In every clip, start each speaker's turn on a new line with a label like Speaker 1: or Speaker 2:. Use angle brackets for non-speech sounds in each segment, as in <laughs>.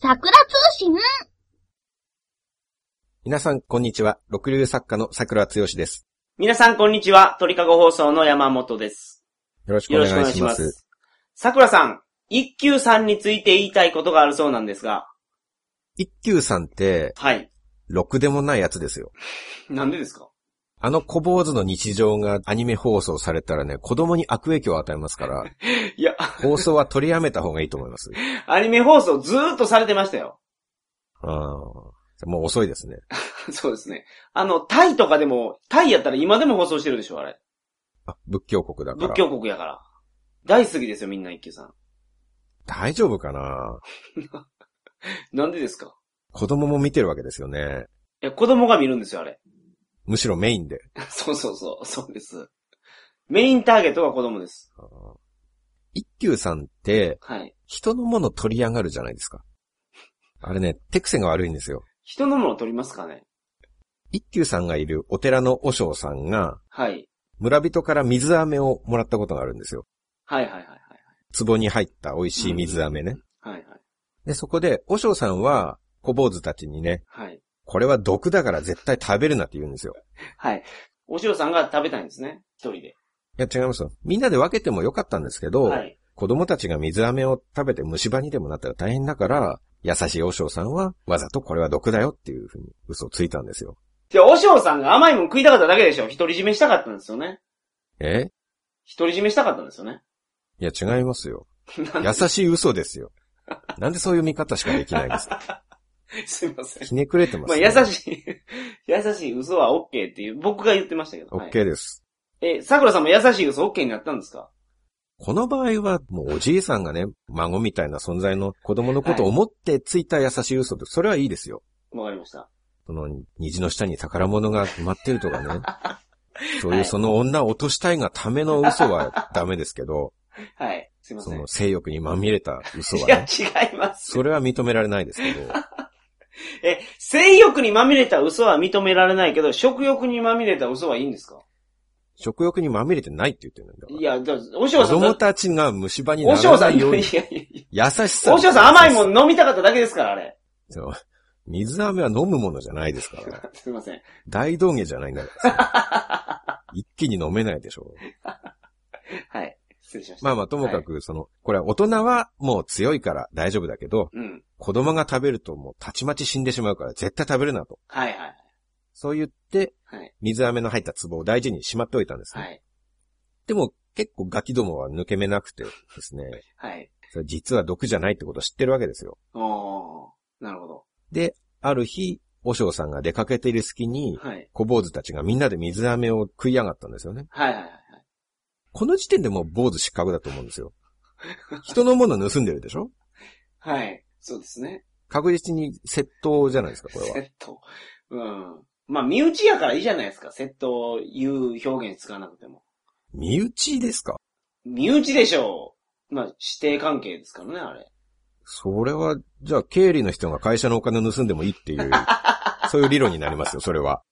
Speaker 1: 桜通信
Speaker 2: 皆さん、こんにちは。六流作家の桜剛です。
Speaker 3: 皆さん、こんにちは。鳥かご放送の山本です。
Speaker 2: よろしく
Speaker 3: よ
Speaker 2: お
Speaker 3: ろしくお
Speaker 2: 願い
Speaker 3: 願い
Speaker 2: し
Speaker 3: し
Speaker 2: ま。
Speaker 3: ますす。桜さん、一休さんについて言いたいことがあるそうなんですが、
Speaker 2: 一休さんって、
Speaker 3: はい。
Speaker 2: ろくでもないやつですよ。
Speaker 3: なんでですか
Speaker 2: あの小坊主の日常がアニメ放送されたらね、子供に悪影響を与えます
Speaker 3: <laughs>
Speaker 2: から、
Speaker 3: いや、
Speaker 2: 放送は取りやめた方がいいと思います。
Speaker 3: アニメ放送ずーっとされてましたよ。
Speaker 2: あーもう遅いですね。
Speaker 3: <laughs> そうですね。あの、タイとかでも、タイやったら今でも放送してるでしょ、あれ。
Speaker 2: あ、仏教国だから。
Speaker 3: 仏教国やから。大好きですよ、みんな一休さん。
Speaker 2: 大丈夫かな
Speaker 3: なんでですか
Speaker 2: 子供も見てるわけですよね。
Speaker 3: いや、子供が見るんですよ、あれ。
Speaker 2: むしろメインで。
Speaker 3: <laughs> そうそうそう、そうです。メインターゲットが子供です。
Speaker 2: あー一休さんって、
Speaker 3: はい。
Speaker 2: 人のもの取り上がるじゃないですか。あれね、手癖が悪いんですよ。
Speaker 3: 人のものを取りますかね
Speaker 2: 一休さんがいるお寺の和尚さんが、
Speaker 3: はい。
Speaker 2: 村人から水飴をもらったことがあるんですよ。
Speaker 3: はいはいはいはい。
Speaker 2: 壺に入った美味しい水飴ね。
Speaker 3: はいはい。
Speaker 2: で、そこで、和尚さんは、小坊主たちにね、
Speaker 3: はい。
Speaker 2: これは毒だから絶対食べるなって言うんですよ。
Speaker 3: はい。おしろさんが食べたいんですね。一人で。
Speaker 2: いや、違いますよ。みんなで分けてもよかったんですけど、
Speaker 3: はい。
Speaker 2: 子供たちが水飴を食べて虫歯にでもなったら大変だから、優しい和尚さんは、わざとこれは毒だよっていうふうに嘘をついたんですよ。
Speaker 3: で、おしろさんが甘いもん食いたかっただけでしょ。独り占めしたかったんですよね。
Speaker 2: え
Speaker 3: 独り占めしたかったんですよね。
Speaker 2: いや、違いますよ。
Speaker 3: <laughs> なん
Speaker 2: 優しい嘘ですよ。なんでそういう見方しかできないんですか
Speaker 3: すいません。
Speaker 2: ひねくれてま、
Speaker 3: <laughs> ますあ、
Speaker 2: ね。
Speaker 3: 優しい、 <laughs> 優しい嘘は OK っていう、僕が言ってましたけど。
Speaker 2: オ
Speaker 3: は
Speaker 2: ッ
Speaker 3: い
Speaker 2: ケーです。
Speaker 3: え、桜さんも優しい嘘 OK になったんですか
Speaker 2: この場合は、もうおじいさんがね、孫みたいな存在の子供のことを思ってついた優しい嘘で、それはいいですよ。
Speaker 3: わかりました。
Speaker 2: その、虹の下に宝物が待ってるとかね。
Speaker 3: <laughs>
Speaker 2: そういうその女を落としたいがための嘘はダメですけど、
Speaker 3: はい。すいま
Speaker 2: そ
Speaker 3: せん。
Speaker 2: の性欲にまみれた嘘
Speaker 3: い
Speaker 2: は
Speaker 3: や、
Speaker 2: ね、
Speaker 3: 違います。
Speaker 2: それは認められないですけど、
Speaker 3: え、性欲にまみれた嘘は認められないけど、食欲にまみれた嘘はいいんですか
Speaker 2: 食欲にまみれてないって言ってるんだから
Speaker 3: い。や、だおしろ
Speaker 2: 子
Speaker 3: さんだ
Speaker 2: 供、たちが虫歯に
Speaker 3: お
Speaker 2: な
Speaker 3: しろ
Speaker 2: ら
Speaker 3: さ、
Speaker 2: なんい
Speaker 3: いや
Speaker 2: よう
Speaker 3: い
Speaker 2: に、
Speaker 3: やいや。
Speaker 2: 優しさ。
Speaker 3: おしょうさん甘いもん飲みたかっただけですから、あれ。
Speaker 2: そう水飴は飲むものじゃないですから。
Speaker 3: <laughs> すいません。
Speaker 2: 大道芸じゃないんだ
Speaker 3: <laughs>
Speaker 2: から。一気に飲めないでしょ。
Speaker 3: はい。失礼しました。
Speaker 2: まあまあ、ともかく、その、これは大人はもう強いから大丈夫だけど、
Speaker 3: うん。
Speaker 2: 子供が食べるともうたちまち死んでしまうから絶対食べるなと。
Speaker 3: はいはい。
Speaker 2: そう言って、
Speaker 3: はい。
Speaker 2: 水飴の入った壺を大事にしまっておいたんですね。
Speaker 3: はい。
Speaker 2: でも、結構ガキどもは抜け目なくてですね、
Speaker 3: はい。
Speaker 2: それ実は毒じゃないってことを知ってるわけですよ。
Speaker 3: おー。なるほど。
Speaker 2: で、ある日、お尚さんが出かけている隙に、
Speaker 3: はい。
Speaker 2: 小坊主たちがみんなで水飴を食いやがったんですよね。
Speaker 3: はいはいはいはい。
Speaker 2: この時点でもう坊主失格だと思うんですよ。人のもの盗んでるでしょ
Speaker 3: はい。そうですね。
Speaker 2: 確実に窃盗じゃないですか、これ
Speaker 3: <laughs>
Speaker 2: は。
Speaker 3: 窃盗。うん。まあ、身内やからいいじゃないですか。窃盗いう表現使わなくても。
Speaker 2: 身内ですか
Speaker 3: 身内でしょう。まあ、指定関係ですからね、あれ。
Speaker 2: それは、じゃあ、経理の人が会社のお金を盗んでもいいっていう、そういう理論になりますよ、それは。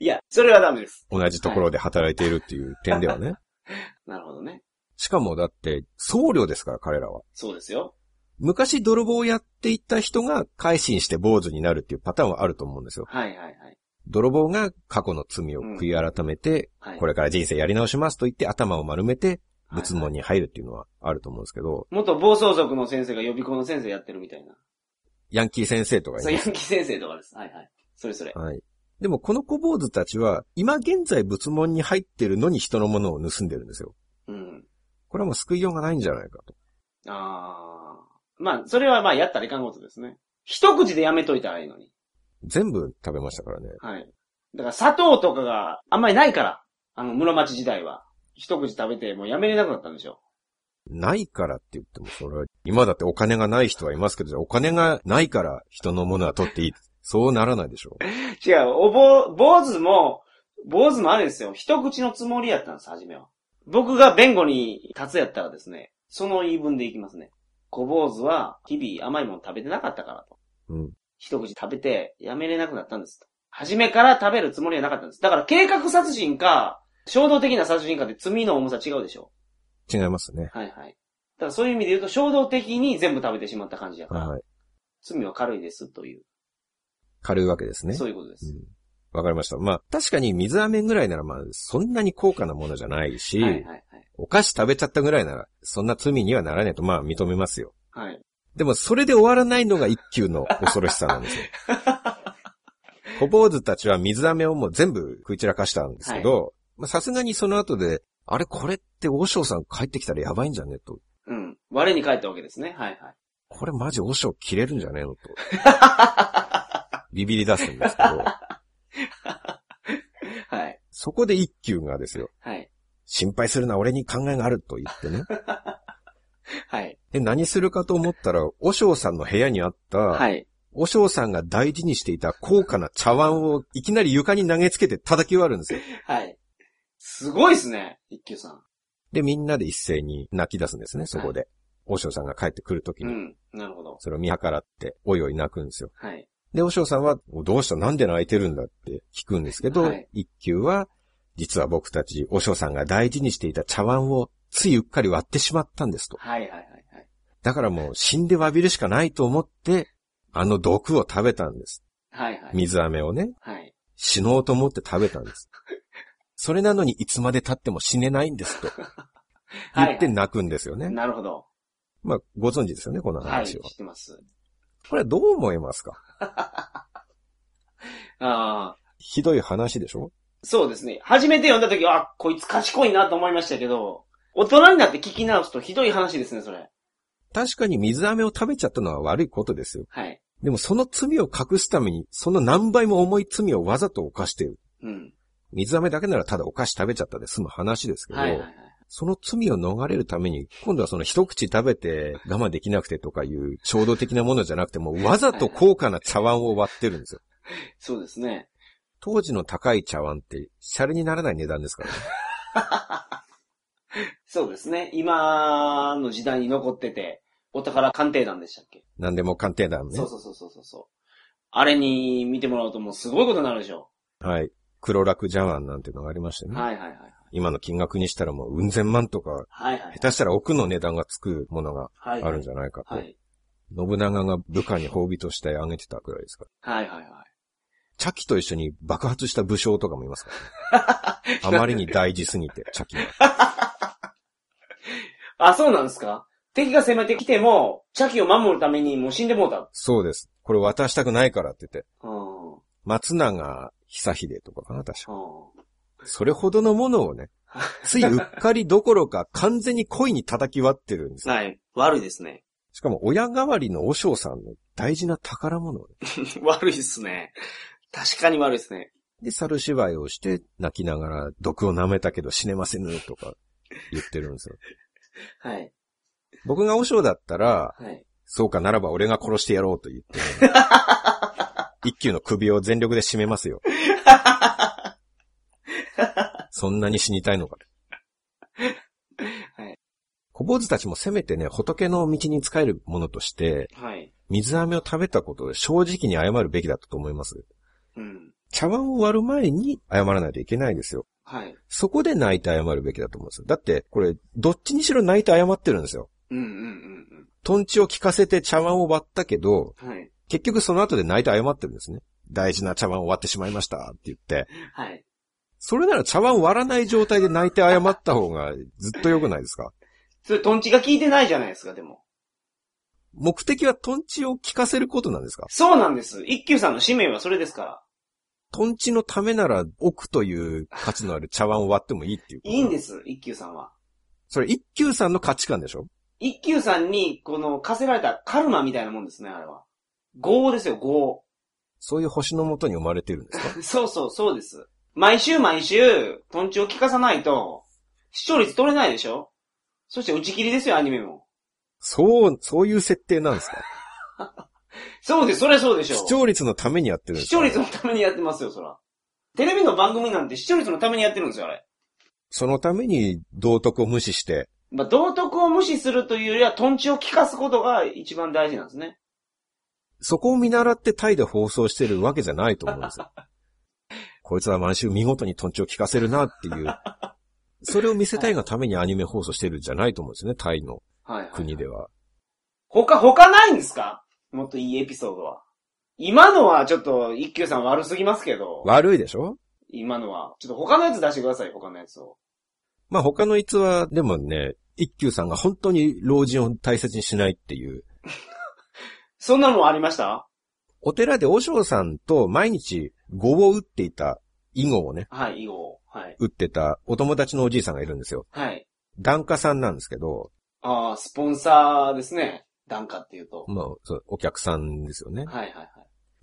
Speaker 3: いや、それはダメです。
Speaker 2: 同じところで働いているっていう点ではね。
Speaker 3: なるほどね。
Speaker 2: しかもだって、僧侶ですから、彼らは。
Speaker 3: そうですよ。
Speaker 2: 昔泥棒をやっていた人が改心して坊主になるっていうパターンはあると思うんですよ。
Speaker 3: はいはいはい。
Speaker 2: 泥棒が過去の罪を悔い改めて、
Speaker 3: はい。
Speaker 2: これから人生やり直しますと言って頭を丸めて、
Speaker 3: はい、
Speaker 2: 仏門に入るっていうのはあると思うんですけど、
Speaker 3: 元暴走族の先生が予備校の先生やってるみたいな。
Speaker 2: ヤンキー先生とか
Speaker 3: そう、
Speaker 2: い
Speaker 3: ヤ
Speaker 2: ま
Speaker 3: ンキー先生とかです。はいはい。それそれ
Speaker 2: す。。はい。でもこの小坊主たちは、今現在仏門に入ってるのに人のものを盗んでるんですよ。
Speaker 3: うん。
Speaker 2: これはもう救いようがないんじゃないかと。
Speaker 3: ああ。まあ、それはまあ、やったらいかんことですね。一口でやめといたらいいのに。
Speaker 2: 全部食べましたからね。
Speaker 3: はい。だから、砂糖とかがあんまりないから。あの、室町時代は。一口食べて、もうやめれなくなったんでしょ
Speaker 2: ないからって言っても、それは、今だってお金がない人はいますけど、じゃあお金がないから人のものは取っていい。そうならないでしょう。
Speaker 3: う。違う、おぼ、坊主も、坊主もあれですよ。一口のつもりやったんです、初めは。僕が弁護に立つやったらですね、その言い分でいきますね。小坊主は、日々甘いもの食べてなかったからと。
Speaker 2: うん。
Speaker 3: 一口食べて、やめれなくなったんですと。初めから食べるつもりはなかったんです。だから計画殺人か、衝動的な殺人かって罪の重さ違うでしょ。
Speaker 2: 違いますね。
Speaker 3: はいはい。だからそういう意味で言うと、衝動的に全部食べてしまった感じやから。
Speaker 2: はい。
Speaker 3: 罪は軽いですという。
Speaker 2: 軽いわけですね。
Speaker 3: そういうことです。
Speaker 2: わかりました。まあ、確かに水飴ぐらいならまあ、そんなに高価なものじゃないし、
Speaker 3: はいはいはい。
Speaker 2: お菓子食べちゃったぐらいなら、そんな罪にはならねえとまあ認めますよ。
Speaker 3: はい。
Speaker 2: でもそれで終わらないのが一級の恐ろしさなんですよ。小坊主たちは水飴をもう全部食い散らかしたんですけど、まあさすがにその後で、あれこれって和尚さん帰ってきたらやばいんじゃねえと。
Speaker 3: うん。我に返ったわけですね。はいはい。
Speaker 2: これマジ和尚切れるんじゃねえのと。ビビり出すんですけど、
Speaker 3: はい。
Speaker 2: そこで一級がですよ、
Speaker 3: はい。
Speaker 2: 心配するな俺に考えがあると言ってね。
Speaker 3: はい。
Speaker 2: で、何するかと思ったら、和尚さんの部屋にあった、
Speaker 3: はい。
Speaker 2: 和尚さんが大事にしていた高価な茶碗をいきなり床に投げつけて叩き割るんですよ。
Speaker 3: はい。すごいですね。一休さん。
Speaker 2: で、みんなで一斉に泣き出すんですね、そこで。和尚さんが帰ってくるとき
Speaker 3: う
Speaker 2: に、
Speaker 3: ん。なるほど。
Speaker 2: それを見計らって、おいおい泣くんですよ。
Speaker 3: はい。
Speaker 2: で、和尚さんは、どうしたなんで泣いてるんだって聞くんですけど、
Speaker 3: はい
Speaker 2: 一休は、実は僕たち、和尚さんが大事にしていた茶碗を、ついうっかり割ってしまったんですと。
Speaker 3: はいはいはいはい。
Speaker 2: だからもう死んで詫びるしかないと思って、あの毒を食べたんです。
Speaker 3: はいはい。
Speaker 2: 水飴をね。
Speaker 3: はい。
Speaker 2: 死のうと思って食べたんです。それなのにいつまで経っても死ねないんですと
Speaker 3: <laughs> は
Speaker 2: 言
Speaker 3: い
Speaker 2: って泣くんですよね。
Speaker 3: なるほど。
Speaker 2: まあ、ご存知ですよね、この
Speaker 3: はい。知
Speaker 2: 話を。
Speaker 3: ってます。
Speaker 2: これはどう思いますか
Speaker 3: ああ。
Speaker 2: ひどい話でしょ
Speaker 3: そうですね。初めて読んだ時は、あ、こいつ賢いなと思いましたけど、大人になって聞き直すとひどい話ですね、それ。
Speaker 2: 確かに水飴を食べちゃったのは悪いことですよ。
Speaker 3: はい。
Speaker 2: でもその罪を隠すために、その何倍も重い罪をわざと犯している。
Speaker 3: うん。
Speaker 2: 水飴だけならただお菓子食べちゃったで済む話ですけど、
Speaker 3: はいはいはい。
Speaker 2: その罪を逃れるために、今度はその一口食べて我慢できなくてとかいう衝動的なものじゃなくても、わざと高価な茶碗を割ってるんですよ
Speaker 3: そうですね。
Speaker 2: 当時の高い茶碗って、シャレにならない値段ですからね。
Speaker 3: そうですね。今の時代に残ってて、お宝鑑定団でしたっけ、
Speaker 2: 何でも鑑定団ね
Speaker 3: そう。そうそうそうそうそう。あれに見てもらうともうすごいことになるでしょ。
Speaker 2: はい。黒楽茶碗なんていうのがありましてね。
Speaker 3: はいはいはい。
Speaker 2: 今の金額にしたらもううん千万とか、
Speaker 3: はいはい
Speaker 2: 下。手したら奥の値段がつくものが
Speaker 3: はい。
Speaker 2: あるんじゃないかと。
Speaker 3: はい。
Speaker 2: 信長が部下に褒美としてあげてたくらいですから。
Speaker 3: はいはいは
Speaker 2: 茶器と一緒に爆発した武将とかもいます
Speaker 3: <laughs>
Speaker 2: から、ね。あまりに大事すぎて、茶器が。
Speaker 3: い。あ、そうなんですか敵が攻めてきても、茶器を守るためにもう死んでもうた。
Speaker 2: そうです。これ渡したくないからって言って、
Speaker 3: うん。うん。
Speaker 2: 松永久秀とかかな、確か。それほどのものをね、ついうっかりどころか完全に恋に叩き割ってるんですよ。
Speaker 3: はい。悪いですね。 <laughs>
Speaker 2: しかも親代わりの和尚さんの大事な宝物をね、
Speaker 3: 悪いですね。確かに悪いですね。
Speaker 2: で、猿芝居をして泣きながら毒を舐めたけど死ねませぬとか言ってるんですよ。
Speaker 3: はい。
Speaker 2: 僕が和尚だったら、
Speaker 3: はい。
Speaker 2: そうかならば俺が殺してやろうと言っ
Speaker 3: <laughs>
Speaker 2: てね、一級の首を全力で締めます
Speaker 3: <laughs>
Speaker 2: よ。そんなに死にたいのか。
Speaker 3: はい
Speaker 2: 小坊主たちもせめてね、仏の道に仕えるものとして、
Speaker 3: はい。
Speaker 2: 水飴を食べたことで正直に謝るべきだったと思います。
Speaker 3: うん。
Speaker 2: 茶碗を割る前に謝らないといけないですよ。
Speaker 3: はい。
Speaker 2: そこで泣いて謝るべきだと思うんですよ。だって、これ、どっちにしろ泣いて謝ってるんですよ。
Speaker 3: うんうんうん
Speaker 2: トンチを聞かせて茶碗を割ったけど、
Speaker 3: うん。はい。
Speaker 2: 結局その後で泣いて謝ってるんですね。大事な茶碗を割ってしまいましたって言って。
Speaker 3: はい。
Speaker 2: それなら茶碗割らない状態で泣いて謝った方がずっと良くないですか
Speaker 3: それ、トンチが効いてないじゃないですか、でも。
Speaker 2: 目的はトンチを聞かせることなんですか
Speaker 3: そうなんです。一休さんの使命はそれですから。
Speaker 2: トンチのためなら奥という価値のある茶碗を割ってもいいっていう。。
Speaker 3: いいんですす、一休さんは。
Speaker 2: それ一休さんの価値観でしょ
Speaker 3: 一休さんに、この、課せられたカルマみたいなもんですね、あれは。業ですよ、業。 <laughs>
Speaker 2: そういう星のもとに生まれてるんですか
Speaker 3: そうそう、そうです。毎週毎週、トンチを聞かさないと、視聴率取れないでしょそして打ち切りですよ、アニメも。
Speaker 2: そう、そういう設定なんですか
Speaker 3: そうです、それそうでしょ
Speaker 2: 視聴率のためにやってるんで
Speaker 3: 視
Speaker 2: すか
Speaker 3: 聴率のためにやってますよ、そら。テレビの番組なんて視聴率のためにやってるんですよ、あれ。
Speaker 2: そのために道徳を無視して、
Speaker 3: まあ、道徳を無視するというよりは、トンチを聞かすことが一番大事なんですね。
Speaker 2: そこを見習ってタイで放送してるわけじゃないと思うんです <laughs> よ。こいつは毎週見事にトンチを聞かせるなっていう。それを見せたいがためにアニメ放送してるんじゃないと思うんですよね、タイの
Speaker 3: はい、はい。
Speaker 2: 国では。
Speaker 3: 他、他ないんですかもっといいエピソードは。今のはちょっと一休さん悪すぎますけど、
Speaker 2: 悪いでしょ
Speaker 3: 今のは。ちょっと他のやつ出してください、他のやつを。
Speaker 2: まあ他の逸話でもね、一休さんが本当に老人を大切にしないっていう、
Speaker 3: そんなのありました
Speaker 2: お寺で和尚さんと毎日碁を打っていた、囲碁をね、
Speaker 3: はい、以後。はい。
Speaker 2: 打ってたお友達のおじいさんがいるんですよ。
Speaker 3: はい。
Speaker 2: 檀家さんなんですけど、
Speaker 3: ああ、スポンサーですね。檀家っていうと。
Speaker 2: まあ、そうお客さんですよね。
Speaker 3: はいはいはい。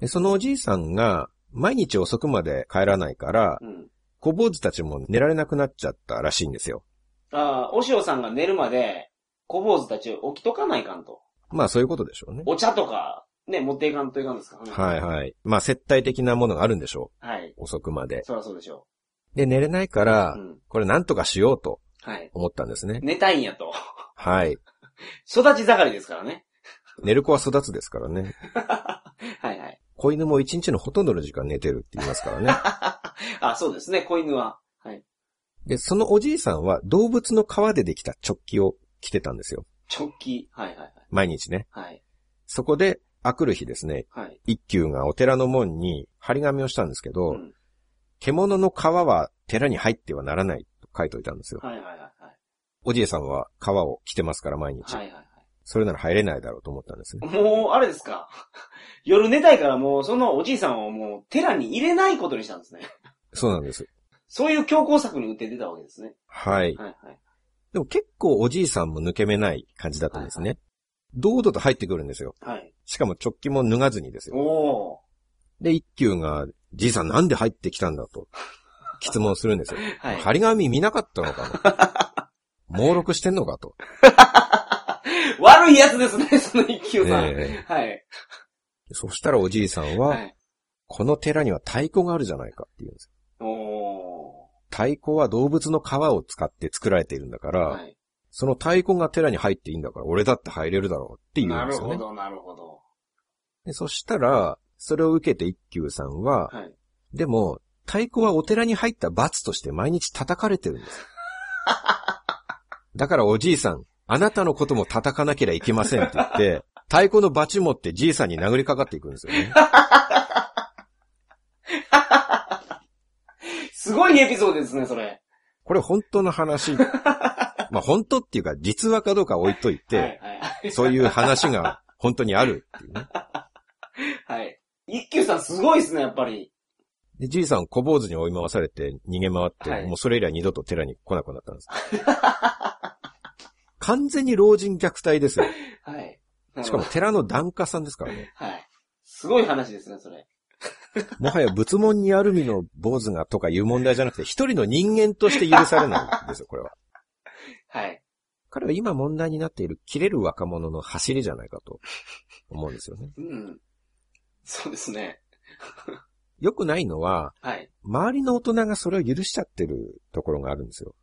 Speaker 2: でそのおじいさんが毎日遅くまで帰らないから、
Speaker 3: うん。
Speaker 2: 小坊主たちも寝られなくなっちゃったらしいんですよ。
Speaker 3: ああ、おしおさんが寝るまで、小坊主たちを起きとかないかんと。
Speaker 2: まあそういうことでしょうね。
Speaker 3: お茶とか、ね、持っていかんといかんですからね。
Speaker 2: はいはい。まあ接待的なものがあるんでしょ
Speaker 3: はい。
Speaker 2: う。遅くまで。
Speaker 3: そらそうでしょ
Speaker 2: で、寝れないか
Speaker 3: う。う
Speaker 2: ら、
Speaker 3: ん。
Speaker 2: これなんとかしようと
Speaker 3: はい。
Speaker 2: 思ったんですね。
Speaker 3: 寝たいんやと。
Speaker 2: はい。
Speaker 3: 育ち盛りですからね。
Speaker 2: 寝る子は育つですからね。
Speaker 3: はいはい。
Speaker 2: 子犬も一日のほとんどの時間寝てるって言いますからね。
Speaker 3: あ、そうですね、子犬は。はい。
Speaker 2: で、そのおじいさんは動物の皮でできたチョッキを着てたんですよ。
Speaker 3: 直帰。はいはいはい。
Speaker 2: 毎日ね。
Speaker 3: はい。
Speaker 2: そこで、あくる日ですね、
Speaker 3: はい。
Speaker 2: 一休がお寺の門に張り紙をしたんですけど、
Speaker 3: うん
Speaker 2: 獣の皮は寺に入ってはならないと書いておいたんですよ。
Speaker 3: はいはいはいはい。
Speaker 2: おじいさんは皮を着てますから毎日。
Speaker 3: はいはいはい。
Speaker 2: それなら入れないだろうと思ったんですね。
Speaker 3: もう、あれですか。 <laughs> 夜寝たいからもう、そのおじいさんをもう、寺に入れないことにしたんですね。
Speaker 2: そうなんです。
Speaker 3: そういう強硬策に打って出たわけですね。
Speaker 2: はい。
Speaker 3: はいはい。
Speaker 2: でも結構おじいさんも抜け目ない感じだったんですね。堂々と入ってくるんですよ。
Speaker 3: はい。
Speaker 2: しかも直帰も脱がずにですよ。
Speaker 3: おー。
Speaker 2: で、一休が、じいさんなんで入ってきたんだと、質問するんですよ。
Speaker 3: <laughs> はい。
Speaker 2: 張り紙見なかったのか
Speaker 3: <laughs>
Speaker 2: な猛録してんのかと。
Speaker 3: 悪いやつですね、 <laughs> その一級さん。
Speaker 2: え
Speaker 3: はい。
Speaker 2: そしたらおじいさんは、
Speaker 3: はい。
Speaker 2: この寺には太鼓があるじゃないかって言うんですよ。
Speaker 3: お
Speaker 2: 太鼓は動物の皮を使って作られているんだから、
Speaker 3: ー。はい。
Speaker 2: その太鼓が寺に入っていいんだから、俺だって入れるだろうって言う
Speaker 3: なん
Speaker 2: で
Speaker 3: る
Speaker 2: すよ
Speaker 3: ほ
Speaker 2: ね。
Speaker 3: ど、なるほど。
Speaker 2: でそしたら、それを受けて一休さんは、
Speaker 3: はい。
Speaker 2: でも、太鼓はお寺に入った罰として毎日叩かれてるん
Speaker 3: <laughs>
Speaker 2: です。だからおじいさん、あなたのことも叩かなければいけませんって言って、太鼓のバチ持ってじいさんに殴りかかっていくんですよね。
Speaker 3: すごいエピソードですね、それ。
Speaker 2: これ本当の
Speaker 3: <laughs>
Speaker 2: 話。まあ本当っていうか実話かどうか置いとい
Speaker 3: はい
Speaker 2: て、
Speaker 3: はいはい。
Speaker 2: そういう話が本当にあるっていう
Speaker 3: <laughs>
Speaker 2: ね。
Speaker 3: はい。一休さんすごいですね、やっぱり。
Speaker 2: でじいさん小坊主に追い回されて逃げ回って、
Speaker 3: はい
Speaker 2: もうそれ以来二度と寺に来なくなったん
Speaker 3: <laughs>
Speaker 2: です。完全に老人虐待ですよ。
Speaker 3: はい。なる
Speaker 2: しか
Speaker 3: ほど
Speaker 2: も寺の檀家さんですからね。
Speaker 3: はい。すごい話ですね、それ。
Speaker 2: もはや仏門にある身の坊主がとかいう問題じゃなくて、一人の人間として許されないんですよ、これは。
Speaker 3: はい。
Speaker 2: 彼は今問題になっている切れる若者の走りじゃないかと思うんですよね。
Speaker 3: うん。そうですね。
Speaker 2: 良くないのは、
Speaker 3: はい。
Speaker 2: 周りの大人がそれを許しちゃってるところがあるんですよ。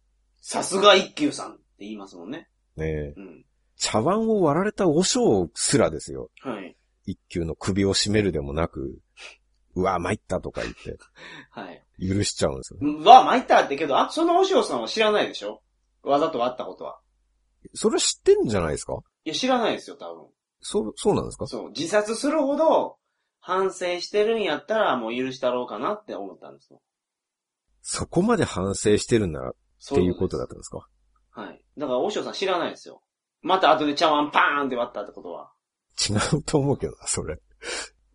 Speaker 3: さすが一休さんって言いますもんね。
Speaker 2: ねえ
Speaker 3: うん。
Speaker 2: 茶碗を割られた和尚すらですよ。
Speaker 3: はい。
Speaker 2: 一級の首を絞めるでもなく、うわ、参ったとか言って、
Speaker 3: はい。
Speaker 2: 許しちゃうんですよね。
Speaker 3: うわ、参ったってけど、あ、そのおしおさんは知らないでしょわざと会ったことは。
Speaker 2: それ知ってんじゃないですか
Speaker 3: いや、知らないですよ、多
Speaker 2: そう、そうなんですか
Speaker 3: 分。そう。自殺するほど、反省してるんやったら、もう許したろうかなって思ったんですよ。
Speaker 2: そこまで反省してるんならっ
Speaker 3: そ
Speaker 2: ていうことだっ
Speaker 3: と
Speaker 2: たんですか
Speaker 3: です。はい。だから、おしおさん知らないですよ。また後で茶碗パーンって割ったってことは。
Speaker 2: 違うと思うけどな、それ。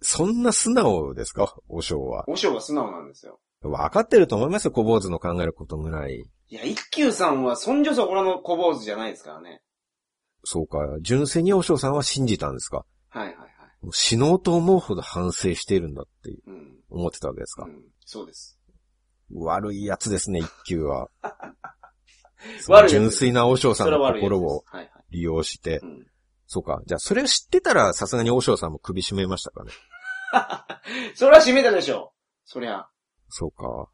Speaker 2: そんな素直ですかお尚は。
Speaker 3: おしおが素直なんですよ。
Speaker 2: わかってると思いますよ、小坊主の考えることぐらい。
Speaker 3: いや、一休さんは、そんじょそこらの小坊主じゃないですからね。
Speaker 2: そうか、純粋にお尚さんは信じたんですか
Speaker 3: はいはいはい。
Speaker 2: もう死のうと思うほど反省しているんだって
Speaker 3: うん。
Speaker 2: 思ってたわけです
Speaker 3: う
Speaker 2: か、
Speaker 3: ん、そうです。
Speaker 2: 悪いやつですね、一級は。
Speaker 3: 悪いやつ
Speaker 2: 純粋なお尚さ
Speaker 3: そ
Speaker 2: ん
Speaker 3: れ
Speaker 2: の
Speaker 3: は悪いやつで
Speaker 2: 心
Speaker 3: す。
Speaker 2: を
Speaker 3: はいはい。
Speaker 2: 利用して
Speaker 3: う。ん
Speaker 2: そうか。じゃあ、それを知ってたら、さすがにお尚さんも首絞めましたかね。
Speaker 3: それは締めたでしょそりゃ。
Speaker 2: そうか。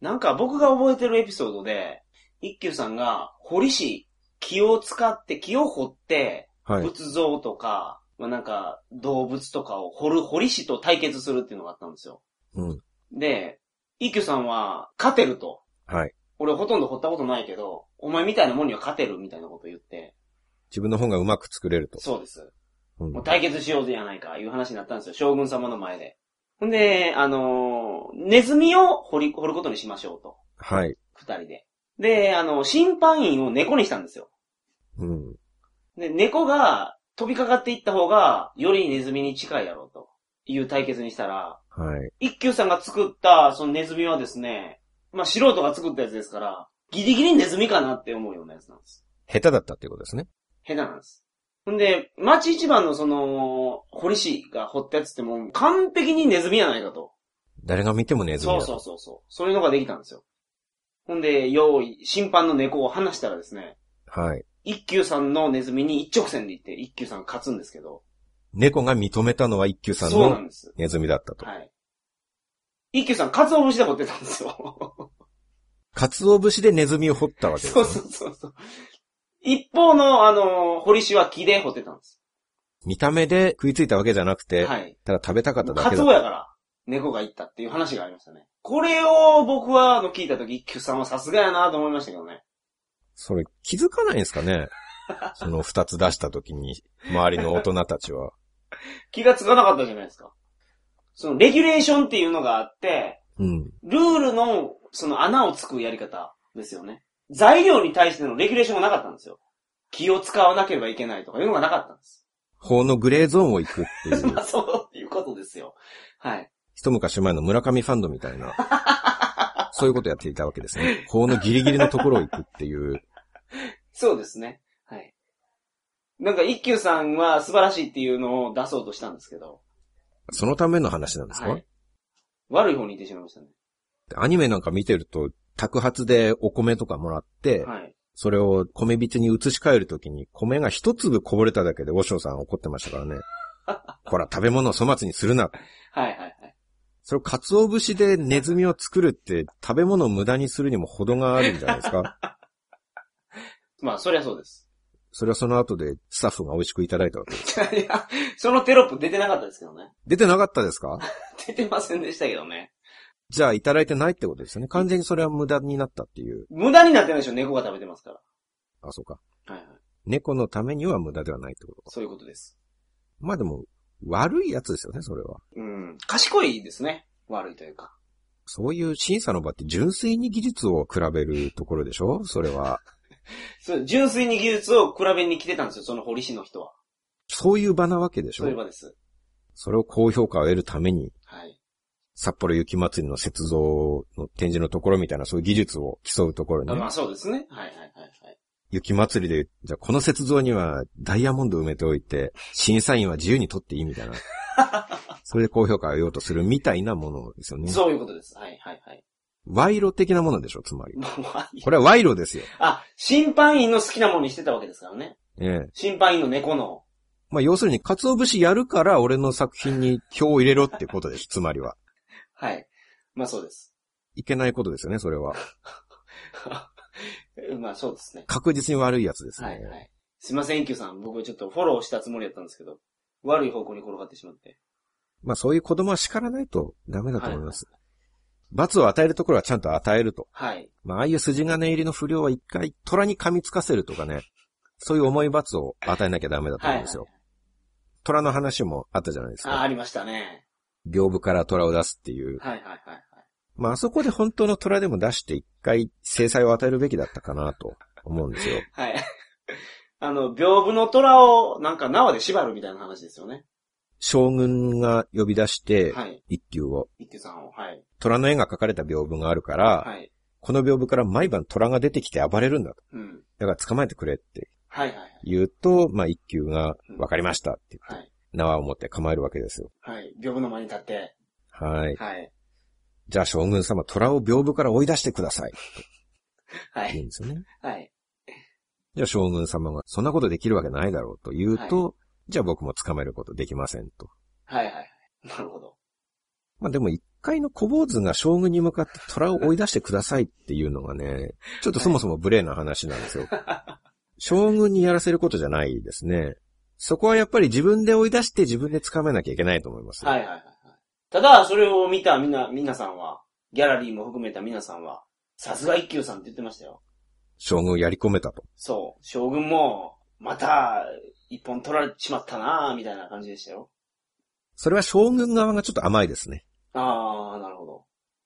Speaker 3: なんか僕が覚えてるエピソードで、一休さんが、堀市、木を使って、木を掘って、
Speaker 2: はい。
Speaker 3: 仏像とか、まあなんか、動物とかを掘る堀市と対決するっていうのがあったんですよ。
Speaker 2: うん。
Speaker 3: で、一休さんは、勝てると。
Speaker 2: はい。
Speaker 3: 俺ほとんど掘ったことないけど、お前みたいなもんには勝てるみたいなこと言って。
Speaker 2: 自分の本がうまく作れると。
Speaker 3: そうです。
Speaker 2: うん
Speaker 3: もう対決しようじゃないか、いう話になったんですよ。将軍様の前で。ほんで、あのーネズミを掘り、掘ることにしましょうと。
Speaker 2: はい。
Speaker 3: 二人で。で、あの、審判員を猫にしたんですよ。
Speaker 2: うん。
Speaker 3: で、猫が飛びかかっていった方が、よりネズミに近いやろうと。いう対決にしたら、
Speaker 2: はい。
Speaker 3: 一休さんが作った、そのネズミはですね、まあ、素人が作ったやつですから、ギリギリネズミかなって思うようなやつなんです。
Speaker 2: 下手だったっていうことですね。
Speaker 3: 下手なんです。ほんで、町一番のその、堀氏が掘ったやつってもう完璧にネズミやないかと。
Speaker 2: 誰が見てもネズミだ
Speaker 3: そう
Speaker 2: と
Speaker 3: そうそうそう。そういうのができたんですよ。ほんで、用意、審判の猫を離したらですね、
Speaker 2: はい。
Speaker 3: 一休さんのネズミに一直線で行って、一休さんが勝つんですけど。
Speaker 2: 猫が認めたのは一休さん
Speaker 3: そうな
Speaker 2: の
Speaker 3: んです。
Speaker 2: ネズミだったと。
Speaker 3: はい。一休さん、カツオ節で掘ってたんですよ。
Speaker 2: 鰹節でネズミを掘ったわけです、
Speaker 3: そ
Speaker 2: ね。
Speaker 3: うそうそうそう。一方の、あの、堀氏は木で掘ってたんです。
Speaker 2: 見た目で食いついたわけじゃなくて、
Speaker 3: はい。
Speaker 2: ただ食べたかっただ
Speaker 3: カ
Speaker 2: け
Speaker 3: ツ
Speaker 2: だ
Speaker 3: オやから、猫が行ったっていう話がありましたね。これを僕は、あの、聞いたとき、一休さんはさすがやなと思いましたけどね。
Speaker 2: それ気づかないんですかねその二つ出した時に、周りの大人たちは。
Speaker 3: 気がつかなかったじゃないですか。その、レギュレーションっていうのがあって、
Speaker 2: うん。
Speaker 3: ルールの、その穴をつくやり方ですよね。材料に対してのレギュレーションがなかったんですよ。気を使わなければいけないとかいうのがなかったんです。
Speaker 2: 法のグレーゾーンを行くってい
Speaker 3: <laughs> ま
Speaker 2: う、
Speaker 3: あ、そういうことですよ。はい。
Speaker 2: 一昔前の村上ファンドみたいな、そういうことやっていたわけですね。法のギリギリのところを行くっていう、
Speaker 3: そうですね。はい。なんか、一休さんは素晴らしいっていうのを出そうとしたんですけど、
Speaker 2: そのための話なんですか、
Speaker 3: はい。悪い方に行ってしまいましたね。
Speaker 2: アニメなんか見てると、宅発でお米とかもらって、
Speaker 3: はい。
Speaker 2: それを米びつに移し替えるときに、米が一粒こぼれただけで、和尚さん怒ってましたから
Speaker 3: <laughs>
Speaker 2: ね。ほら、食べ物を粗末にするな。
Speaker 3: はいはいはい。
Speaker 2: それを鰹節でネズミを作るって、食べ物を無駄にするにも程があるんじゃないですか
Speaker 3: まあ、そりゃそうです。 <laughs>
Speaker 2: それはその後でスタッフが美味しくいただいたわけです。
Speaker 3: いやそのテロップ出てなかったですけどね。 <laughs>
Speaker 2: 出てなかったですか
Speaker 3: 出てませんでしたけどね。
Speaker 2: じゃあいただいてないってことですよね。完全にそれは無駄になったっていう。
Speaker 3: 無駄になってないでしょ、猫が食べてますか
Speaker 2: あ、そうか。
Speaker 3: ら。はいはい。
Speaker 2: 猫のためには無駄ではないってことか。
Speaker 3: そういうことです。
Speaker 2: まあでも、悪いやつですよね、それは。
Speaker 3: うん。賢いですね。悪いというか。
Speaker 2: そういう審査の場って純粋に技術を比べるところでしょそれは。
Speaker 3: そう、純粋に技術を比べに来てたんですよ、その堀氏の人は。
Speaker 2: そういう場なわけでしょ
Speaker 3: そういえばです。
Speaker 2: それを高評価を得るために、
Speaker 3: はい。
Speaker 2: 札幌雪まつりの雪像の展示のところみたいな、そういう技術を競うところ
Speaker 3: あま
Speaker 2: ね
Speaker 3: あ。そうですね。はいはいはいはい。
Speaker 2: 雪まつりで、じゃあこの雪像にはダイヤモンド埋めておいて、審査員は自由に取っていいみた
Speaker 3: <laughs>
Speaker 2: いな。それで高評価を得ようとするみたいなものですよね。
Speaker 3: そういうことです。はいはいはい。
Speaker 2: 賄賂的なものでしょ、つまり。
Speaker 3: まあまあいい
Speaker 2: これは賄賂ですよ。
Speaker 3: あ、審判員の好きなものにしてたわけですからね。
Speaker 2: ええ。
Speaker 3: 審判員の猫の。
Speaker 2: まあ、要するに、鰹節やるから俺の作品に票を入れろってことでしょ、つまりは。
Speaker 3: はい。まあそうです。
Speaker 2: いけないことですよね、それは。
Speaker 3: まあそうですね。
Speaker 2: 確実に悪いやつですね。
Speaker 3: はいはい。すいません、一休さん。僕ちょっとフォローしたつもりだったんですけど、悪い方向に転がってしまって。
Speaker 2: まあそういう子供は叱らないとダメだと思います。罰を与えるところはちゃんと与えると。
Speaker 3: はい。
Speaker 2: まあああいう筋金入りの不良は一回虎に噛みつかせるとかね、そういう重い罰を与えなきゃダメだと思うんですよ。虎の話もあったじゃないです
Speaker 3: あ、
Speaker 2: か。
Speaker 3: ありましたね。
Speaker 2: 屏風から虎を出すっていう。
Speaker 3: はいはいはいはい。
Speaker 2: まああそこで本当の虎でも出して一回制裁を与えるべきだったかなと思うんですよ。
Speaker 3: はい。 <laughs> あの、屏風の虎をなんか縄で縛るみたいな話ですよね。
Speaker 2: 将軍が呼び出して、
Speaker 3: はい。
Speaker 2: 一級を。
Speaker 3: 一休さんを。はい。
Speaker 2: 虎の絵が描かれた屏風があるから、
Speaker 3: はい。
Speaker 2: この屏風から毎晩虎が出てきて暴れるんだと。
Speaker 3: うん。
Speaker 2: だから捕まえてくれって
Speaker 3: はいはいはい。
Speaker 2: 言うと、まあ、一級が、わかりましたって言
Speaker 3: は
Speaker 2: って、
Speaker 3: い。
Speaker 2: 縄を持って構えるわけですよ。
Speaker 3: はい。屏風の前に立って。
Speaker 2: はい。
Speaker 3: はい。
Speaker 2: じゃあ、将軍様、虎を屏風から追い出してください。って
Speaker 3: は
Speaker 2: 言う
Speaker 3: い。
Speaker 2: んですよね。
Speaker 3: はい。
Speaker 2: じゃあ、将軍様が、そんなことできるわけないだろうと言うと、じゃあ僕も捕まえることできませんと。
Speaker 3: はいはいはい。なるほど。
Speaker 2: まあ、でも一回の小坊主が将軍に向かって虎を追い出してくださいっていうのがね、ちょっとそもそも無礼な話なんですよ。将軍にやらせることじゃないですね。そこはやっぱり自分で追い出して自分で掴めなきゃいけないと思いますよ。
Speaker 3: はいはいはいはい。ただ、それを見たみな、皆さんは、ギャラリーも含めた皆さんは、さすが一休さんって言ってましたよ。
Speaker 2: 将軍をやり込めたと。
Speaker 3: そう。将軍も、また、一本取られてしまったなぁ、みたいな感じでしたよ。
Speaker 2: それは将軍側がちょっと甘いですね。
Speaker 3: ああ、なるほど。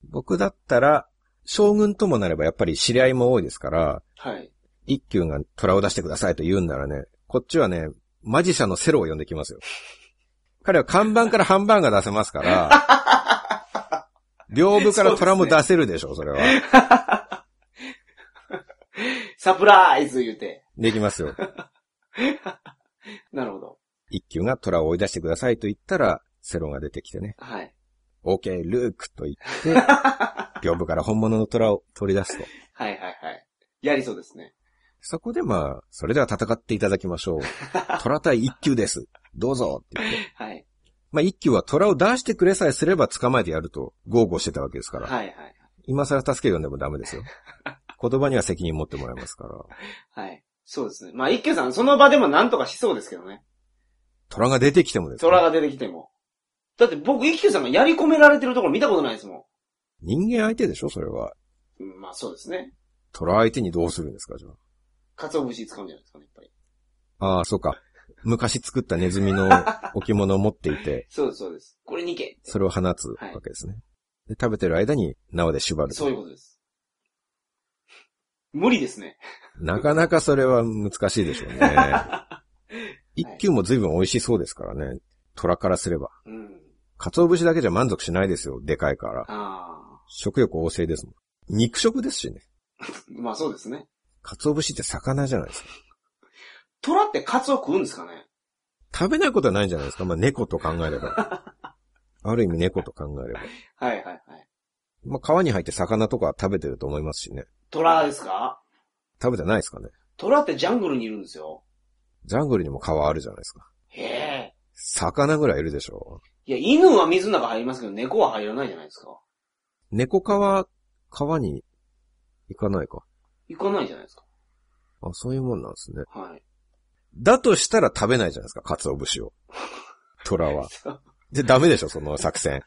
Speaker 2: 僕だったら、将軍ともなればやっぱり知り合いも多いですから、
Speaker 3: はい。
Speaker 2: 一級が虎を出してくださいと言うんならね、こっちはね、マジシャンのセロを呼んできますよ。 <laughs> 彼は看板からハンバーガー出せますから、 <laughs> 屏風から虎も出せるでしょ、それは。
Speaker 3: サプライズ言うて。
Speaker 2: できますよ。
Speaker 3: なるほど。
Speaker 2: 一級が虎を追い出してくださいと言ったら、セロが出てきてね、
Speaker 3: はい。
Speaker 2: OK, ルークと言 <laughs> って、屏風から本物の虎を取り出すと。
Speaker 3: はいはいはい。やりそうですね。
Speaker 2: そこでまあ、それでは戦っていただきましょう。 <laughs> 虎対一級です。どうぞって言って。
Speaker 3: はい。
Speaker 2: まあ一級は虎を出してくれさえすれば捕まえてやると豪語してたわけですから。
Speaker 3: はいはい。
Speaker 2: 今更助け呼んでもダメですよ。言葉には責任持ってもらいますから。
Speaker 3: はい。そうですね。まあ、一休さん、その場でもなんとかしそうですけどね。
Speaker 2: 虎が出てきてもです、
Speaker 3: 虎が出てきても。だって僕、一休さんがやり込められてるところ見たことないですも
Speaker 2: 人間相手でしょそれは。
Speaker 3: ん。うんまあ、そうですね。
Speaker 2: 虎相手にどうするんですかじゃ
Speaker 3: 鰹節使うんじゃないですかね、やっぱり。
Speaker 2: あ。ああ、そうか。昔作ったネズミ
Speaker 3: <laughs>
Speaker 2: の置物を持っていて、
Speaker 3: そうです、そうです。これに行け。
Speaker 2: それを放つわけですね。で食べてる間に縄で縛ると。
Speaker 3: そういうことです。無理ですね。
Speaker 2: なかなかそれは難しいでしょうね。一級も随分美味しそうですからね。虎からすれば。
Speaker 3: うん。
Speaker 2: 鰹節だけじゃ満足しないですよ。でかいから。
Speaker 3: あ
Speaker 2: 食欲旺盛ですもん。肉食ですしね。
Speaker 3: あ。まあ、そうですね。
Speaker 2: 鰹節って魚じゃないですか。
Speaker 3: 虎ってカツオ食うんですかね
Speaker 2: 食べないことはないんじゃないですか。まあ、猫と考えれば。ある意味猫と考えれば。
Speaker 3: はいはいはい。
Speaker 2: まあ、川に入って魚とかは食べてると思いますしね。
Speaker 3: 虎ですか
Speaker 2: 食べてないですかね。
Speaker 3: 虎ってジャングルにいるんですよ。
Speaker 2: ジャングルにも川あるじゃないですか。
Speaker 3: へえ。
Speaker 2: 魚ぐらいいるでしょ
Speaker 3: いや、犬は水の中入りますけど、猫は入らないじゃないですか。
Speaker 2: う。猫科は川に行かないか。
Speaker 3: 行かないじゃないですか。
Speaker 2: あ、そういうもんなんですね。
Speaker 3: はい。 <laughs>
Speaker 2: だとしたら食べないじゃないですか。鰹節を。虎は。で、ダメでしょ、その作戦。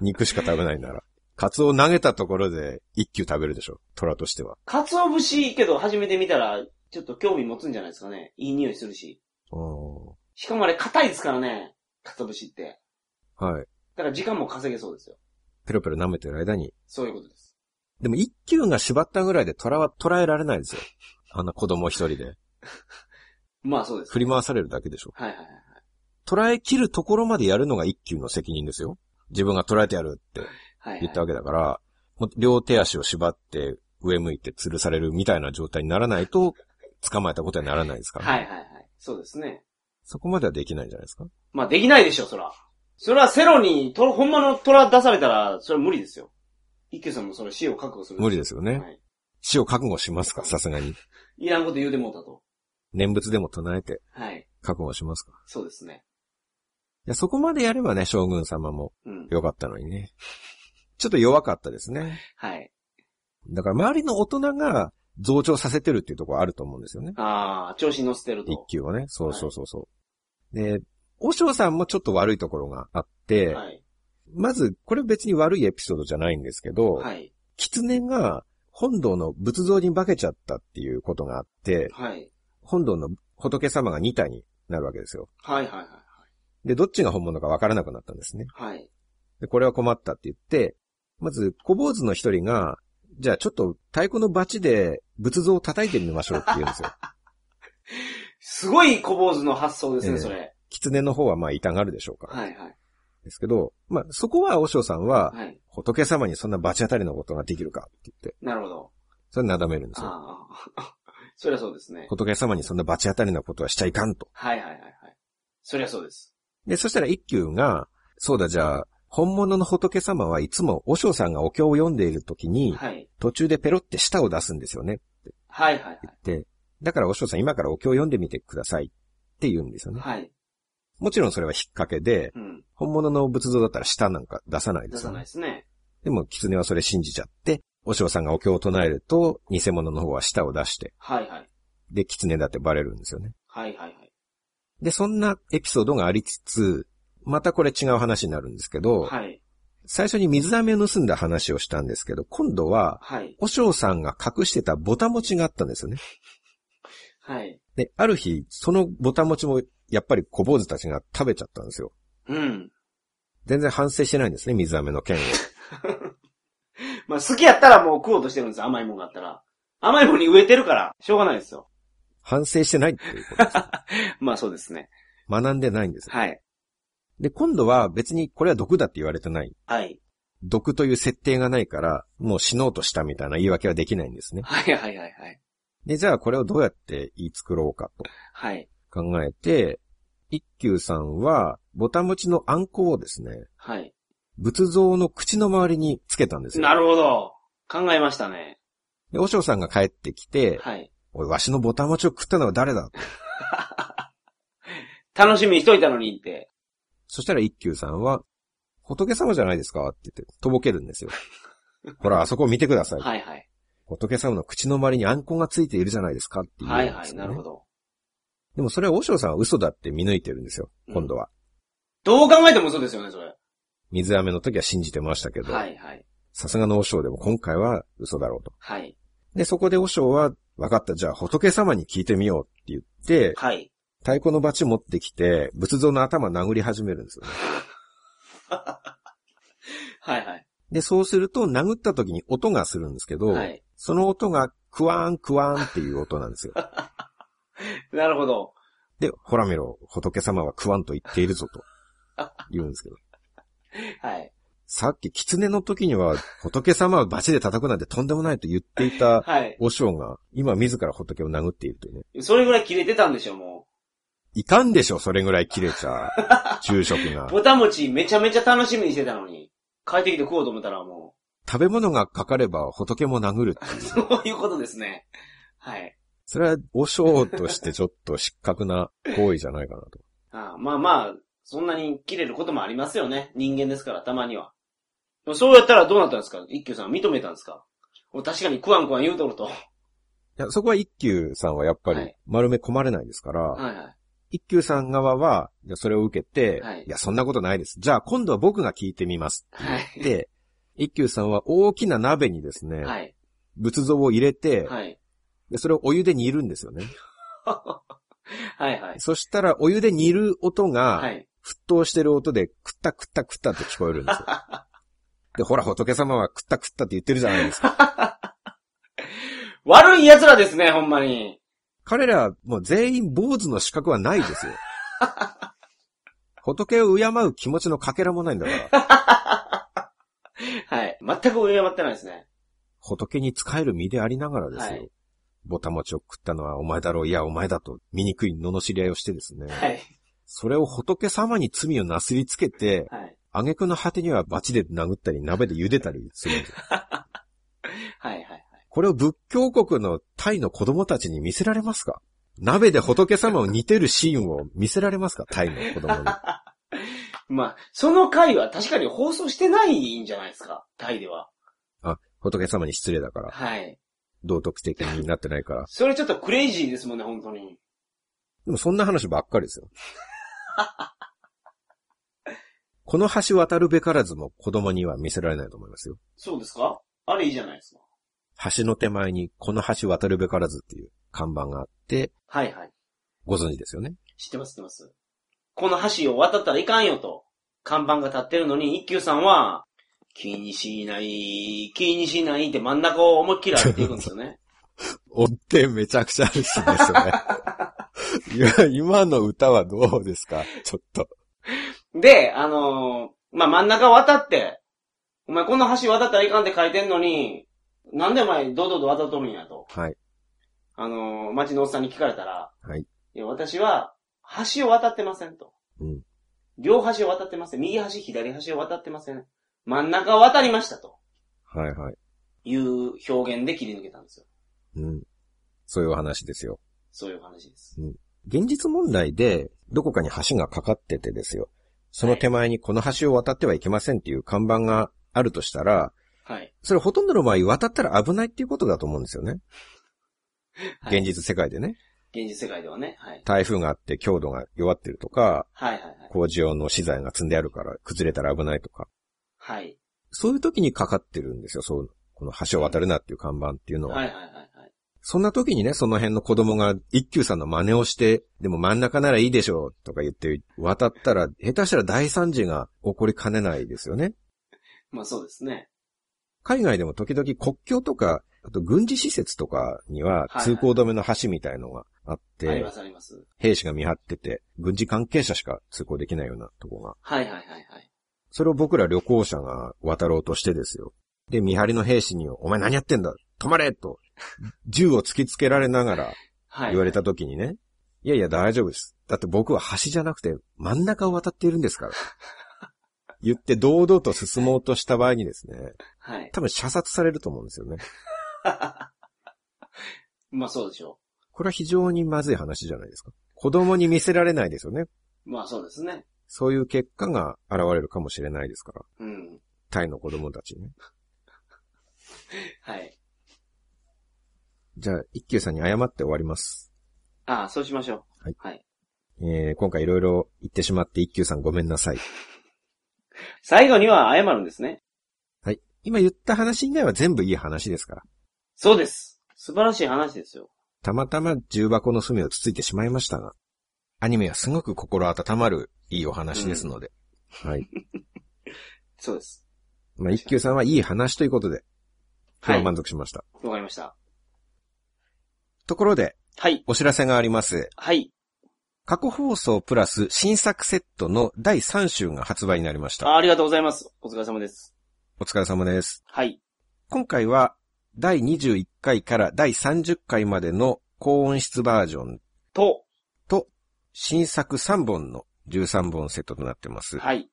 Speaker 2: 肉しか食べないなら。カツオ投げたところで一球食べるでしょ。虎としては。
Speaker 3: かつお節けど初めて見たら、ちょっと興味持つんじゃないですかね。いい匂いするし。
Speaker 2: うん
Speaker 3: しかもあれ硬いですからね。かつお節って。
Speaker 2: はい。
Speaker 3: だから時間も稼げそうですよ。
Speaker 2: ペロペロ舐めてる間に。
Speaker 3: そういうことです。
Speaker 2: でも一球が縛ったぐらいで虎は捕らえられないですよ。あんな子供一人で。
Speaker 3: まあそうです。
Speaker 2: 振り回されるだけでしょ。
Speaker 3: はいはいはい。
Speaker 2: 捕らえ切るところまでやるのが一球の責任ですよ。自分が捕らえてやるって
Speaker 3: はい、はい。
Speaker 2: 言ったわけだから、もう両手足を縛って上向いて吊るされるみたいな状態にならないと、捕まえたことにはならないですから。
Speaker 3: はいはいはい。そうですね。
Speaker 2: そこまではできないんじゃないですか。
Speaker 3: まあできないでしょ、そら。それはセロに、と、ほんまの虎出されたら、それは無理ですよ。一休さんもそれ死を覚悟する。
Speaker 2: 無理ですすよね。
Speaker 3: はい。
Speaker 2: 死を覚悟しますかさすがに。
Speaker 3: いらんこと言うてもうたと。
Speaker 2: 念仏でも唱えて
Speaker 3: はい。
Speaker 2: 覚悟しますか
Speaker 3: そうですね。
Speaker 2: いや、そこまでやればね、将軍様も
Speaker 3: うん。
Speaker 2: 良かったのにね。ちょっと弱かったですね。
Speaker 3: はい。
Speaker 2: だから周りの大人が増長させてるっていうところあると思うんですよね。
Speaker 3: ああ、調子に乗せてる
Speaker 2: 一
Speaker 3: と。
Speaker 2: 級はね。そうそうそうそう。で、和尚さんもちょっと悪いところがあって、
Speaker 3: はい。
Speaker 2: まず、これ別に悪いエピソードじゃないんですけど、
Speaker 3: はい。
Speaker 2: 狐が本堂の仏像に化けちゃったっていうことがあって、
Speaker 3: はい。
Speaker 2: 本堂の仏様が2体になるわけですよ。
Speaker 3: はいはいはい
Speaker 2: で、どっちが本物かわからなくなったんですね。
Speaker 3: はい。はい。
Speaker 2: で、これは困ったって言って、まず、小坊主の一人が、じゃあちょっと太鼓のバチで仏像を叩いてみましょうって言うん
Speaker 3: <laughs>
Speaker 2: ですよ。
Speaker 3: すごい小坊主の発想ですね、
Speaker 2: ええ
Speaker 3: それ。
Speaker 2: 狐の方はまあ痛がるでしょうから。
Speaker 3: はいはい。
Speaker 2: ですけど、まあそこは和尚さんは、
Speaker 3: はい。
Speaker 2: 仏様にそんなバチ当たりのことができるかって言って、
Speaker 3: なるほど。
Speaker 2: それなだめるんですよ。
Speaker 3: ああ。 <laughs> そりゃそうですね。
Speaker 2: 仏様にそんなバチ当たりなことはしちゃいかんと。
Speaker 3: はいはいはいはい。そりゃそうです。
Speaker 2: で、そしたら一休が、そうだじゃあ、本物の仏様はいつも和尚さんがお経を読んでいる時に、
Speaker 3: はい。
Speaker 2: 途中でペロって舌を出すんですよね。
Speaker 3: はいはいはい。
Speaker 2: で、だからお尚さん今からお経を読んでみてくださいって言うんですよね。
Speaker 3: はい。
Speaker 2: もちろんそれは引っ掛けで、
Speaker 3: うん。
Speaker 2: 本物の仏像だったら舌なんか出さないで
Speaker 3: 出
Speaker 2: す
Speaker 3: さ
Speaker 2: よ
Speaker 3: ない
Speaker 2: ね
Speaker 3: で。すね。
Speaker 2: でも狐はそれ信じちゃって、お尚さんがお経を唱えると、偽物の方は舌を出して、
Speaker 3: はいはい。
Speaker 2: で、狐だってバレるんですよね。
Speaker 3: はいはいはい。
Speaker 2: で、そんなエピソードがありつつ、またこれ違う話になるんですけど、
Speaker 3: はい。
Speaker 2: 最初に水飴を盗んだ話をしたんですけど、今度は、
Speaker 3: はい。
Speaker 2: お尚さんが隠してたボタ持ちがあったんですよね。
Speaker 3: はい。
Speaker 2: で、ある日、そのぼたもちも、やっぱり小坊主たちが食べちゃったんですよ。
Speaker 3: うん。
Speaker 2: 全然反省してないんですね、水飴の件を。
Speaker 3: まあ、好きやったらもう食おうとしてるんです、甘いもんがあったら。甘いもんに植えてるから、しょうがないですよ。
Speaker 2: 反省してないっていうこと
Speaker 3: <laughs>
Speaker 2: です。
Speaker 3: まあ、そうですね。
Speaker 2: 学んでないんですよ。
Speaker 3: はい。
Speaker 2: で、今度は別にこれは毒だって言われてない。
Speaker 3: はい。
Speaker 2: 毒という設定がないから、もう死のうとしたみたいな言い訳はできないんですね。
Speaker 3: はいはいはいはい。
Speaker 2: で、じゃあこれをどうやって言い作ろうかと
Speaker 3: はい。
Speaker 2: 考えて、一休さんは、ボタムチのあんこをですね、
Speaker 3: はい。
Speaker 2: 仏像の口の周りにつけたんですよ。
Speaker 3: なるほど。考えましたね。
Speaker 2: で、おしょうさんが帰ってきて、
Speaker 3: はい。
Speaker 2: おい、わしのボタムチを食ったのは誰だ
Speaker 3: 楽しみにしといたのにって。
Speaker 2: そしたら一休さんは、仏様じゃないですかって言って、とぼけるん
Speaker 3: <laughs>
Speaker 2: ですよ。ほら、あそこ見てください。
Speaker 3: はいはい。
Speaker 2: 仏様の口の周りにあんこがついているじゃないですかって言うん
Speaker 3: はい
Speaker 2: で
Speaker 3: は
Speaker 2: す
Speaker 3: い。
Speaker 2: よね
Speaker 3: なるほど。
Speaker 2: でもそれは和尚さんは嘘だって見抜いてるんですよ、
Speaker 3: うん
Speaker 2: 今度は。
Speaker 3: どう考えてもそうですよね、それ。
Speaker 2: 水飴の時は信じてましたけど、
Speaker 3: はいはい。
Speaker 2: さすがの和尚でも今回は嘘だろうと。
Speaker 3: はい。
Speaker 2: で、そこで和尚は、分かった、じゃあ仏様に聞いてみようって言って、
Speaker 3: はい。
Speaker 2: 太鼓のバチ持ってきて、仏像の頭殴り始めるんですよね。
Speaker 3: はいはい。
Speaker 2: で、そうすると殴った時に音がするんですけど、
Speaker 3: はい。
Speaker 2: その音がクワーンクワーンっていう音なんです
Speaker 3: <laughs>
Speaker 2: よ。
Speaker 3: なるほど。
Speaker 2: で、ほら見ろ、仏様はクワンと言っているぞと言うんですけど。
Speaker 3: はい。
Speaker 2: さっき狐の時には仏様はバチで叩くなんてとんでもないと言っていた
Speaker 3: はい。
Speaker 2: 和尚が今自ら仏を殴っているというね。
Speaker 3: それぐらい切れてたんでしょ、も
Speaker 2: いかんでしょ、それぐらい切れちゃう。
Speaker 3: <laughs>
Speaker 2: 住職が
Speaker 3: う。。ぼたもちめちゃめちゃ楽しみにしてたのに。帰ってきて食おうと思ったらも
Speaker 2: 食べ物がかかれば仏も殴るっていう
Speaker 3: う、。 <laughs> そういうことですね。はい。
Speaker 2: それは和尚としてちょっと失格な行為じゃないかなと。
Speaker 3: ああまあまあ、そんなに切れることもありますよね。人間ですから、たまには。でもそうやったらどうなったんですか一休さん認めたんですかお確かにクワンクワン言うとると。
Speaker 2: いや、そこは一休さんはやっぱ
Speaker 3: は
Speaker 2: り
Speaker 3: い
Speaker 2: 丸め込まれないですから、
Speaker 3: はいはい。
Speaker 2: 一休さん側は、いやそれを受けて、
Speaker 3: はい
Speaker 2: いや、そんなことないです。じゃあ今度は僕が聞いてみます。
Speaker 3: はい。
Speaker 2: で、一休さんは大きな鍋にですね、
Speaker 3: はい。
Speaker 2: 仏像を入れて、
Speaker 3: はい。 <laughs>
Speaker 2: で、それをお湯で煮るんですよね。
Speaker 3: はいはい。
Speaker 2: そしたら、お湯で煮る音
Speaker 3: は
Speaker 2: が、
Speaker 3: い。
Speaker 2: 沸騰してる音で、くったくったくったって聞こえるんです
Speaker 3: <laughs>
Speaker 2: よ。で、ほら、仏様はくったくったって言ってるじゃないですか。
Speaker 3: 悪い奴らですね、ほんまに。
Speaker 2: 彼らはもう全員坊主の資格はないですよ。仏を敬う気持ちのかけらもないんだから、
Speaker 3: はい。全く上回ってないですね。
Speaker 2: 仏に仕える身でありながらですよ。
Speaker 3: はい
Speaker 2: ぼたもちを食ったのはお前だろう、いやお前だと、醜い罵り合いをしてですね。
Speaker 3: はい。
Speaker 2: それを仏様に罪をなすりつけて、
Speaker 3: はい。
Speaker 2: 挙句の果てにはバチで殴ったり、鍋で茹でたりするんですよ。
Speaker 3: はいはいはい。
Speaker 2: これを仏教国のタイの子供たちに見せられますか鍋で仏様を似てるシーンを見せられますかタイの子供に。
Speaker 3: まあ、その回は確かに放送してないんじゃないですかタイでは。
Speaker 2: 仏様に失礼だから、
Speaker 3: はい。
Speaker 2: 道徳的になってないから。
Speaker 3: それちょっとクレイジーですもんね、本当に。
Speaker 2: でもそんな話ばっかりですよ。この橋渡るべからずも子供には見せられないと思いますよ。
Speaker 3: そうですかあれいいじゃないですか。
Speaker 2: 橋の手前にこの橋渡るべからずっていう看板があって、
Speaker 3: はいはい。
Speaker 2: ご存知ですよね。
Speaker 3: 知ってます知ってます。この橋を渡ったらいかんよと、看板が立ってるのに、一休さんは、気にしない、気にしないって真ん中を思いっきり歩いていくんですよ <laughs> ね。
Speaker 2: 音程めちゃくちゃあるんですよね。いや、今の歌はどうですかちょっと。
Speaker 3: で、あのーまあ、真ん中渡って、お前この橋渡ったらいかんって書いてんのに、なんでお前堂々と渡っとるんやと、
Speaker 2: はい。
Speaker 3: あのー町のおっさんに聞かれたら、
Speaker 2: はい。
Speaker 3: いや、私は、橋を渡ってませんと。
Speaker 2: うん
Speaker 3: 両端を渡ってません。右端、左端を渡ってません。真ん中を渡りましたと。
Speaker 2: はいはい。
Speaker 3: いう表現で切り抜けたんですよ。
Speaker 2: うん。そういうお話ですよ。
Speaker 3: そういう話です。
Speaker 2: 現実問題で、どこかに橋がかかっててですよ。その手前にこの橋を渡ってはいけませんっていう看板があるとしたら、
Speaker 3: はい。
Speaker 2: それほとんどの場合渡ったら危ないっていうことだと思うんですよね。
Speaker 3: はい
Speaker 2: 現実世界でね。
Speaker 3: 現実世界ではね。はい。
Speaker 2: 台風があって強度が弱ってるとか、
Speaker 3: はいはいはい。
Speaker 2: 工事用の資材が積んであるから崩れたら危ないとか。
Speaker 3: はい。
Speaker 2: そういう時にかかってるんですよ、そう。この橋を渡るなっていう看板っていうのは。
Speaker 3: はいはいはいはい。
Speaker 2: そんな時にね、その辺の子供が一休さんの真似をして、でも真ん中ならいいでしょうとか言って渡ったら、下手したら大惨事が起こりかねないですよね。
Speaker 3: まあそうですね。
Speaker 2: 海外でも時々国境とか、あと軍事施設とかにはい
Speaker 3: はい
Speaker 2: 通行止めの橋みたいのがあって、
Speaker 3: ありますあります。
Speaker 2: 兵士が見張ってて、軍事関係者しか通行できないようなとこが。
Speaker 3: はいはいはいはい。
Speaker 2: それを僕ら旅行者が渡ろうとしてですよ。で、見張りの兵士に、お前何やってんだ止まれと、銃を突きつけられながら
Speaker 3: はい。
Speaker 2: 言われた時にね、いやいや大丈夫です。だって僕は橋じゃなくて真ん中を渡っているんです
Speaker 3: <laughs>
Speaker 2: から。言って堂々と進もうとした場合にですね、
Speaker 3: はい。
Speaker 2: 多分射殺されると思うんですよね。
Speaker 3: まあそうでしょ
Speaker 2: これは非常にまずい話じゃないですか。子供に見せられないですよね。
Speaker 3: う。まあそうですね。
Speaker 2: そういう結果が現れるかもしれないですから。
Speaker 3: うん。
Speaker 2: タイの子供たちにね。
Speaker 3: はい。
Speaker 2: じゃあ、一休さんに謝って終わります。
Speaker 3: ああ、そうしましょう。
Speaker 2: はいえー、今回いろいろ言ってしまって一休さんごめんなさい。
Speaker 3: 最後には謝るんですね。
Speaker 2: 今言った話以外は全部いい話ですから。
Speaker 3: そうです。素晴らしい話ですよ。
Speaker 2: たまたま重箱の隅をつついてしまいましたが、アニメはすごく心温まるいいお話ですので。はい。
Speaker 3: そうです。
Speaker 2: まあ、一休さんはいい話ということで、今日は満足しました。
Speaker 3: わかりました。
Speaker 2: ところで、
Speaker 3: はい。
Speaker 2: お知らせがあります。
Speaker 3: はい。
Speaker 2: 過去放送プラス新作セットの第3週が発売になりました。
Speaker 3: あありがとうございます。お疲れ様です。
Speaker 2: お疲れ様です。
Speaker 3: はい。
Speaker 2: 今回は第21回から第30回までの高音質バージョン
Speaker 3: と、
Speaker 2: と新作3本の13本セットとなってます。
Speaker 3: はい。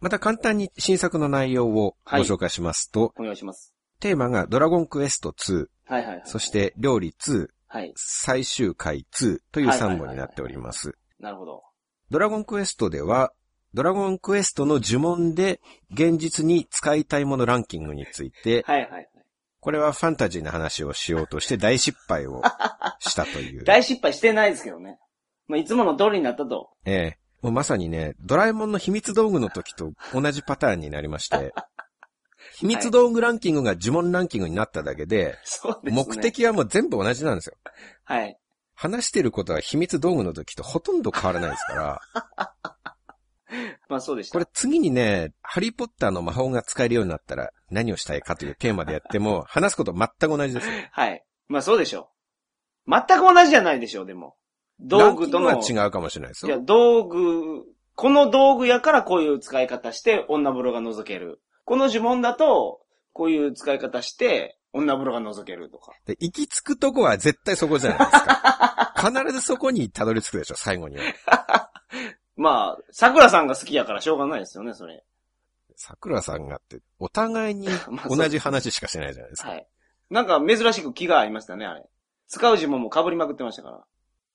Speaker 2: また簡単に新作の内容をご紹介しますと、
Speaker 3: お願いします。
Speaker 2: テーマがドラゴンクエスト2、
Speaker 3: はいはいはい。
Speaker 2: そして料理2、
Speaker 3: はい。
Speaker 2: 最終回2という3本になっております。
Speaker 3: なるほど。
Speaker 2: ドラゴンクエストでは、ドラゴンクエストの呪文で現実に使いたいものランキングについて、
Speaker 3: はいはいはい。
Speaker 2: これはファンタジーな話をしようとして大失敗 <laughs> をしたという。
Speaker 3: 大失敗してないですけどね。まあ、いつもの通りになったと。
Speaker 2: ええもうまさにね、ドラえもんの秘密道具の時と同じパターンになりまして、秘密道具ランキングが呪文ランキングになっただけで、
Speaker 3: そうですね。
Speaker 2: 目。的はもう全部同じなんですよ。
Speaker 3: はい。
Speaker 2: 話してることは秘密道具の時とほとんど変わらないです
Speaker 3: <laughs>
Speaker 2: から、
Speaker 3: まあそうでした。
Speaker 2: これ次にね、ハリーポッターの魔法が使えるようになったら何をしたいかというテーマでやっても、話すこと全く同じですよ。
Speaker 3: はい。まあそうでしょう。全く同じじゃないでしょう、でも。道具との。
Speaker 2: ランキングは違うかもしれないです
Speaker 3: いや、
Speaker 2: よ。
Speaker 3: 道具、この道具やからこういう使い方して女風呂が覗ける。この呪文だと、こういう使い方して女風呂が覗けるとか。
Speaker 2: で行き着くとこは絶対そこじゃないですか。必ずそこにたどり着くでしょ、最後には。
Speaker 3: まあ、桜さんが好きやからしょうがないですよね、それ。
Speaker 2: 桜さんがって、お互いに
Speaker 3: まあそう
Speaker 2: 同じ話しかしないじゃないですか。
Speaker 3: はい。なんか珍しく気が合いましたね、あれ。使う呪文も被りまくってましたか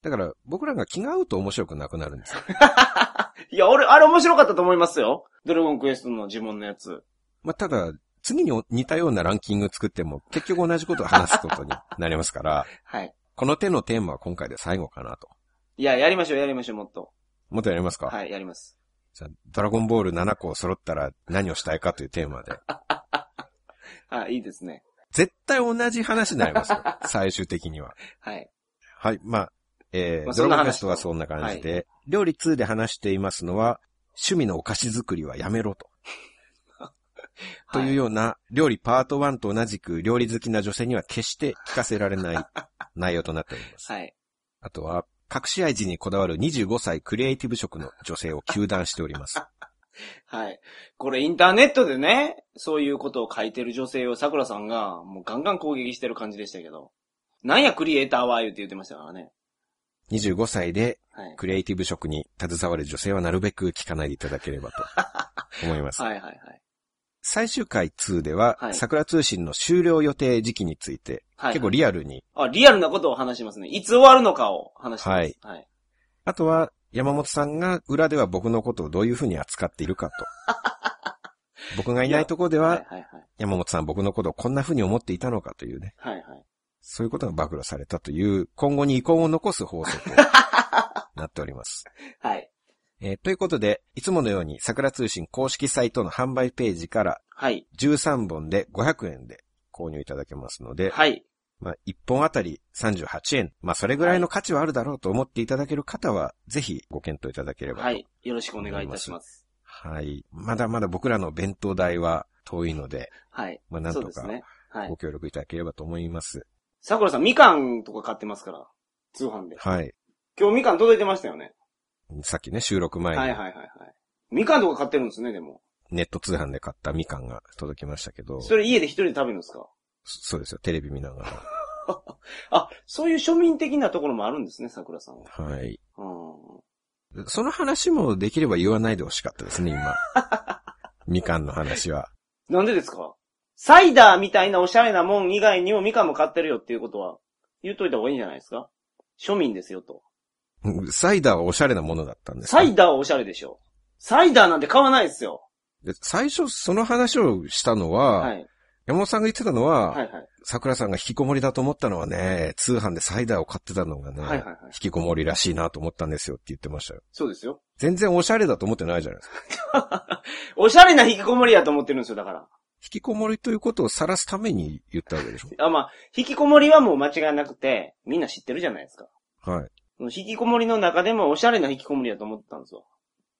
Speaker 2: だから、僕らが気が合うと面白くなくなるんですよ。
Speaker 3: ら。いや、俺、あれ面白かったと思いますよ。ドラゴンクエストの呪文のやつ。
Speaker 2: まあ、ただ、次に似たようなランキング作っても、結局同じことを話すことになります
Speaker 3: <laughs>
Speaker 2: から、
Speaker 3: はい。
Speaker 2: この手のテーマは今回で最後かなと。
Speaker 3: いや、やりましょう、やりましょう、もっと。
Speaker 2: もっとやりますか
Speaker 3: はい、やります。
Speaker 2: じゃあドラゴンボール7個揃ったら何をしたいかというテーマで。
Speaker 3: はい、いいですね。
Speaker 2: 絶対同じ話になります
Speaker 3: <laughs>
Speaker 2: よ。最終的には。
Speaker 3: はい。
Speaker 2: はい。まあ、えー、
Speaker 3: まあそ
Speaker 2: ド
Speaker 3: んな
Speaker 2: ラゴ
Speaker 3: 話
Speaker 2: ンベストはそんな感じで、料理2で話していますのは、趣味のお菓子作りはやめろと。というような、料理パート1と同じく料理好きな女性には決して聞かせられない内容となっております。
Speaker 3: はい。
Speaker 2: あとは、隠し味にこだわる25歳クリエイティブ職の女性を求断しております。
Speaker 3: <laughs> はい。これインターネットでね、そういうことを書いてる女性を桜さんが、もうガンガン攻撃してる感じでしたけど。なんやクリエイターは言うて言ってましたからね。
Speaker 2: 25歳で
Speaker 3: はい。
Speaker 2: クリエイティブ職に携わる女性はなるべく聞かないでいただければと思います。
Speaker 3: はいはいはい。
Speaker 2: 最終回2では、
Speaker 3: はい
Speaker 2: 桜通信の終了予定時期について、
Speaker 3: はい。
Speaker 2: 結構リアルに、
Speaker 3: あ、リアルなことを話しますね。いつ終わるのかを話します。
Speaker 2: はい。
Speaker 3: はい。
Speaker 2: あとは山本さんが裏では僕のことをどういうふうに扱っているか
Speaker 3: <laughs>
Speaker 2: と。僕がいないところで
Speaker 3: はい
Speaker 2: は、
Speaker 3: はい
Speaker 2: 山本さん僕のことをこんなふうに思っていたのかというね、
Speaker 3: はい。はいはい。
Speaker 2: そういうことが暴露されたという、今後に遺恨を残す放送と
Speaker 3: <laughs>
Speaker 2: なっております。
Speaker 3: はい。
Speaker 2: えーということで、いつものように桜通信公式サイトの販売ページから
Speaker 3: はい。
Speaker 2: 13本で500円で購入いただけますので、
Speaker 3: はい。
Speaker 2: まあ、1本あたり38円。まあ、それぐらいの価値はあるだろうと思っていただける方は、ぜひご検討いただければと。
Speaker 3: はい。よろしくお願いいたします。
Speaker 2: はい。まだまだ僕らの弁当代は遠いので、
Speaker 3: はい。
Speaker 2: まあ、なん
Speaker 3: そ
Speaker 2: と
Speaker 3: うです
Speaker 2: か
Speaker 3: ね。はい
Speaker 2: ご。協力いただければと思います。
Speaker 3: 桜さん、みかんとか買ってますから。通販で。
Speaker 2: はい。
Speaker 3: 今日みかん届いてましたよね。
Speaker 2: さっきね、収録前
Speaker 3: はい
Speaker 2: に
Speaker 3: はいはいはい。みかんとか買ってるんですね、でも。
Speaker 2: ネット通販で買ったみかんが届きましたけど、
Speaker 3: それ家で一人で食べるんですか
Speaker 2: そそうですよ、テレビ見ながら。
Speaker 3: あ、そういう庶民的なところもあるんですね、桜さんは。
Speaker 2: はい。
Speaker 3: うん。
Speaker 2: その話もできれば言わないでほしかったですね、
Speaker 3: <laughs>
Speaker 2: 今。みかんの話は。
Speaker 3: なんでですかサイダーみたいなおしゃれなもん以外にもみかんも買ってるよっていうことは言っといた方がいいんじゃないですか庶民ですよと。
Speaker 2: うんサイダーはおしゃれなものだったんですか
Speaker 3: サイダーはおしゃれでしょ。サイダーなんて買わないですよ。
Speaker 2: で最初その話をしたのは、
Speaker 3: はい。
Speaker 2: 山本さんが言ってたのは、
Speaker 3: はいはい。
Speaker 2: 桜さんが引きこもりだと思ったのはね、通販でサイダーを買ってたのがね、
Speaker 3: はいはいはい。
Speaker 2: 引きこもりらしいなと思ったんですよって言ってましたよ。
Speaker 3: そうですよ。
Speaker 2: 全然おしゃれだと思ってないじゃないですか。
Speaker 3: おしゃれな引きこもりやと思ってるんですよ、だから。
Speaker 2: 引きこもりということを晒すために言ったわ
Speaker 3: <laughs>
Speaker 2: けでし
Speaker 3: あ、まあ、引きこもりはもう間違いなくて、みんな知ってるじゃないですか。
Speaker 2: ょ。はい
Speaker 3: その引きこもりの中でもおしゃれな引きこもりやと思ってたんですよ。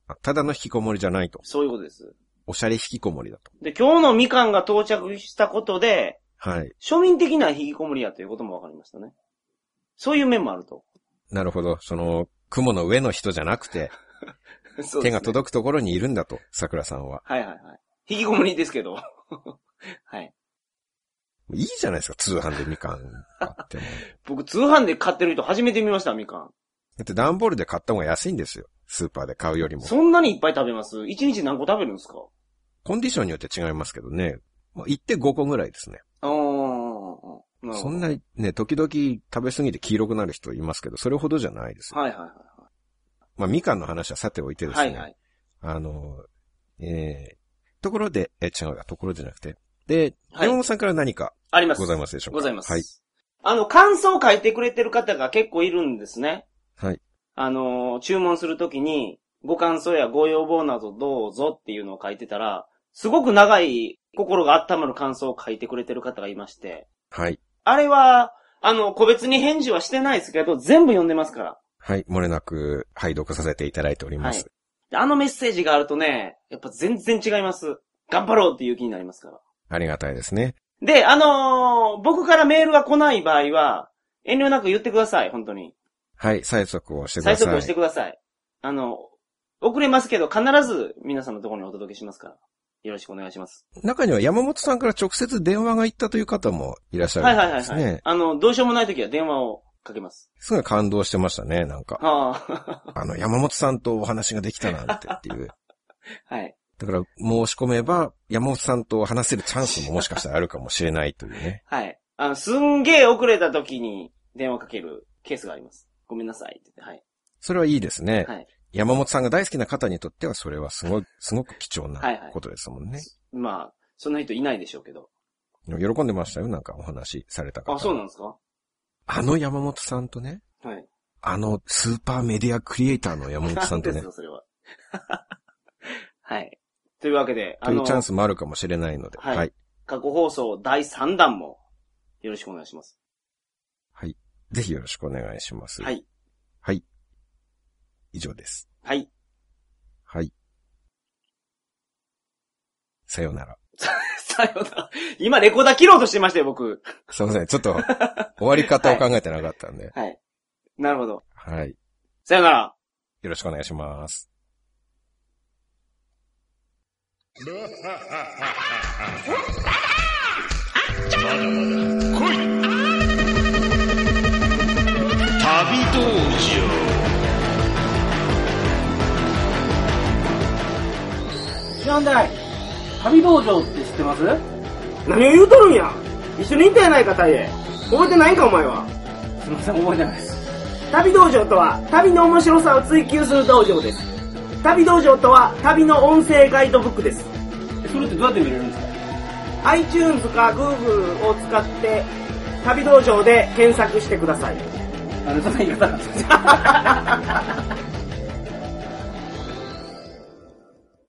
Speaker 2: あ。ただの引きこもりじゃないと。
Speaker 3: そういうことです。
Speaker 2: おしゃれ引きこもりだと。
Speaker 3: で、今日のみかんが到着したことで、
Speaker 2: はい。
Speaker 3: 庶民的な引きこもりやということも分かりましたね。そういう面もあると。
Speaker 2: なるほど。その、雲の上の人じゃなくて、手が
Speaker 3: く。
Speaker 2: 届くところにいるんだと、桜さんは。
Speaker 3: はいはいはい。引きこもりですけど。 <laughs> はい。
Speaker 2: いいじゃないですか、通販でみかん買っても。 <laughs>
Speaker 3: 僕、通販で買ってる人初めて見ました、みかん。
Speaker 2: だって段ボールで買った方が安いんですよ。スーパーで買うよりも。
Speaker 3: そんなにいっぱい食べます一日何個食べるんですか
Speaker 2: コンディションによって違いますけどね。まあ、行って5個ぐらいですね。
Speaker 3: ああ、
Speaker 2: そんなね、時々食べ過ぎて黄色くなる人いますけど、それほどじゃないですよ。
Speaker 3: はいはいは
Speaker 2: まあ、みかんの話はさておいて
Speaker 3: い。
Speaker 2: です
Speaker 3: は
Speaker 2: ね。
Speaker 3: いはい。
Speaker 2: あの、えー、ところで、え、違うなところじゃなくて。で、
Speaker 3: はい
Speaker 2: 山本さんから何か
Speaker 3: あります。
Speaker 2: ございますでしょうか
Speaker 3: ございます。
Speaker 2: はい。
Speaker 3: あの、感想を書いてくれてる方が結構いるんですね。
Speaker 2: はい。
Speaker 3: あのー、注文するときに、ご感想やご要望などどうぞっていうのを書いてたら、すごく長い心が温まる感想を書いてくれてる方がいまして、
Speaker 2: はい。
Speaker 3: あれは、あの、個別に返事はしてないですけど、全部読んでますから。
Speaker 2: はい。漏れなく、拝読させていただいております。
Speaker 3: であのメッセージがあるとね、やっぱ全然違います。頑張ろうっていう気になりますから。
Speaker 2: ありがたいですね。
Speaker 3: で、あのー僕からメールが来ない場合は、遠慮なく言ってください、本当に。
Speaker 2: はい。催促をしてく
Speaker 3: 最
Speaker 2: ださい。
Speaker 3: 速をしてください。あの、遅れますけど、必ず皆さんのところにお届けしますから。よろしくお願いします。
Speaker 2: 中には山本さんから直接電話が行ったという方もいらっしゃ
Speaker 3: はいは
Speaker 2: る
Speaker 3: い
Speaker 2: ん
Speaker 3: はい
Speaker 2: ですね。
Speaker 3: はい。あの、どうしようもない時は電話をかけます。
Speaker 2: すごい感動してましたね、なんか。
Speaker 3: は
Speaker 2: あの、山本さんとお話ができたなんてって
Speaker 3: <laughs>
Speaker 2: いう。
Speaker 3: あ、 <laughs> はい。
Speaker 2: だから、申し込めば、山本さんと話せるチャンスももしかしたらあるかもしれないというね。
Speaker 3: はい。あの、すんげえ遅れた時に電話かけるケースがあります。ごめんなさいって言って。
Speaker 2: それはいいですね。
Speaker 3: はい。はい。
Speaker 2: 山本さんが大好きな方にとっては、それはすごい、すごく貴重な
Speaker 3: はいはい
Speaker 2: ことですもんね。
Speaker 3: まあ、そんな人いないでしょうけど。
Speaker 2: でも喜んでましたよ、なんかお話しされた方。
Speaker 3: あ、そうなんですか
Speaker 2: あの山本さんとね、
Speaker 3: はい。
Speaker 2: あのスーパーメディアクリエイターの山本さんと
Speaker 3: で
Speaker 2: ね
Speaker 3: す、か、それは。 <laughs> はい。というわけで、
Speaker 2: と
Speaker 3: あ
Speaker 2: い
Speaker 3: の
Speaker 2: うチャ、ンスもあるかもしれないので。
Speaker 3: はい
Speaker 2: はい
Speaker 3: 過去放送第3弾もよろしくお願いします。
Speaker 2: ぜひよろしくお願いします。
Speaker 3: はい。
Speaker 2: はい。以上です。
Speaker 3: はい。
Speaker 2: はい。さようなら。
Speaker 3: さようなら。今、レコーダー切ろうとしてましたよ、僕。
Speaker 2: すいません。ちょっと、終わり方を考えてなかったんで。
Speaker 3: はい。なるほど。
Speaker 2: はい。
Speaker 3: さようなら。
Speaker 2: よろしくお願いします。
Speaker 1: 旅道場
Speaker 4: 知らんだい旅道場って知ってます
Speaker 3: 何を言うとるんや。一緒にいたやないか、タイへ。覚えてないんか、お前は。
Speaker 4: すみません覚えてないです
Speaker 3: 旅道場とは、旅の面白さを追求する道場です。旅道場とは、旅の音声ガイドブックです。
Speaker 4: えそれってどうやって見れるんですか
Speaker 3: iTunes か Google を使って、旅道場で検索してください。
Speaker 4: あれそんな言い方なんですか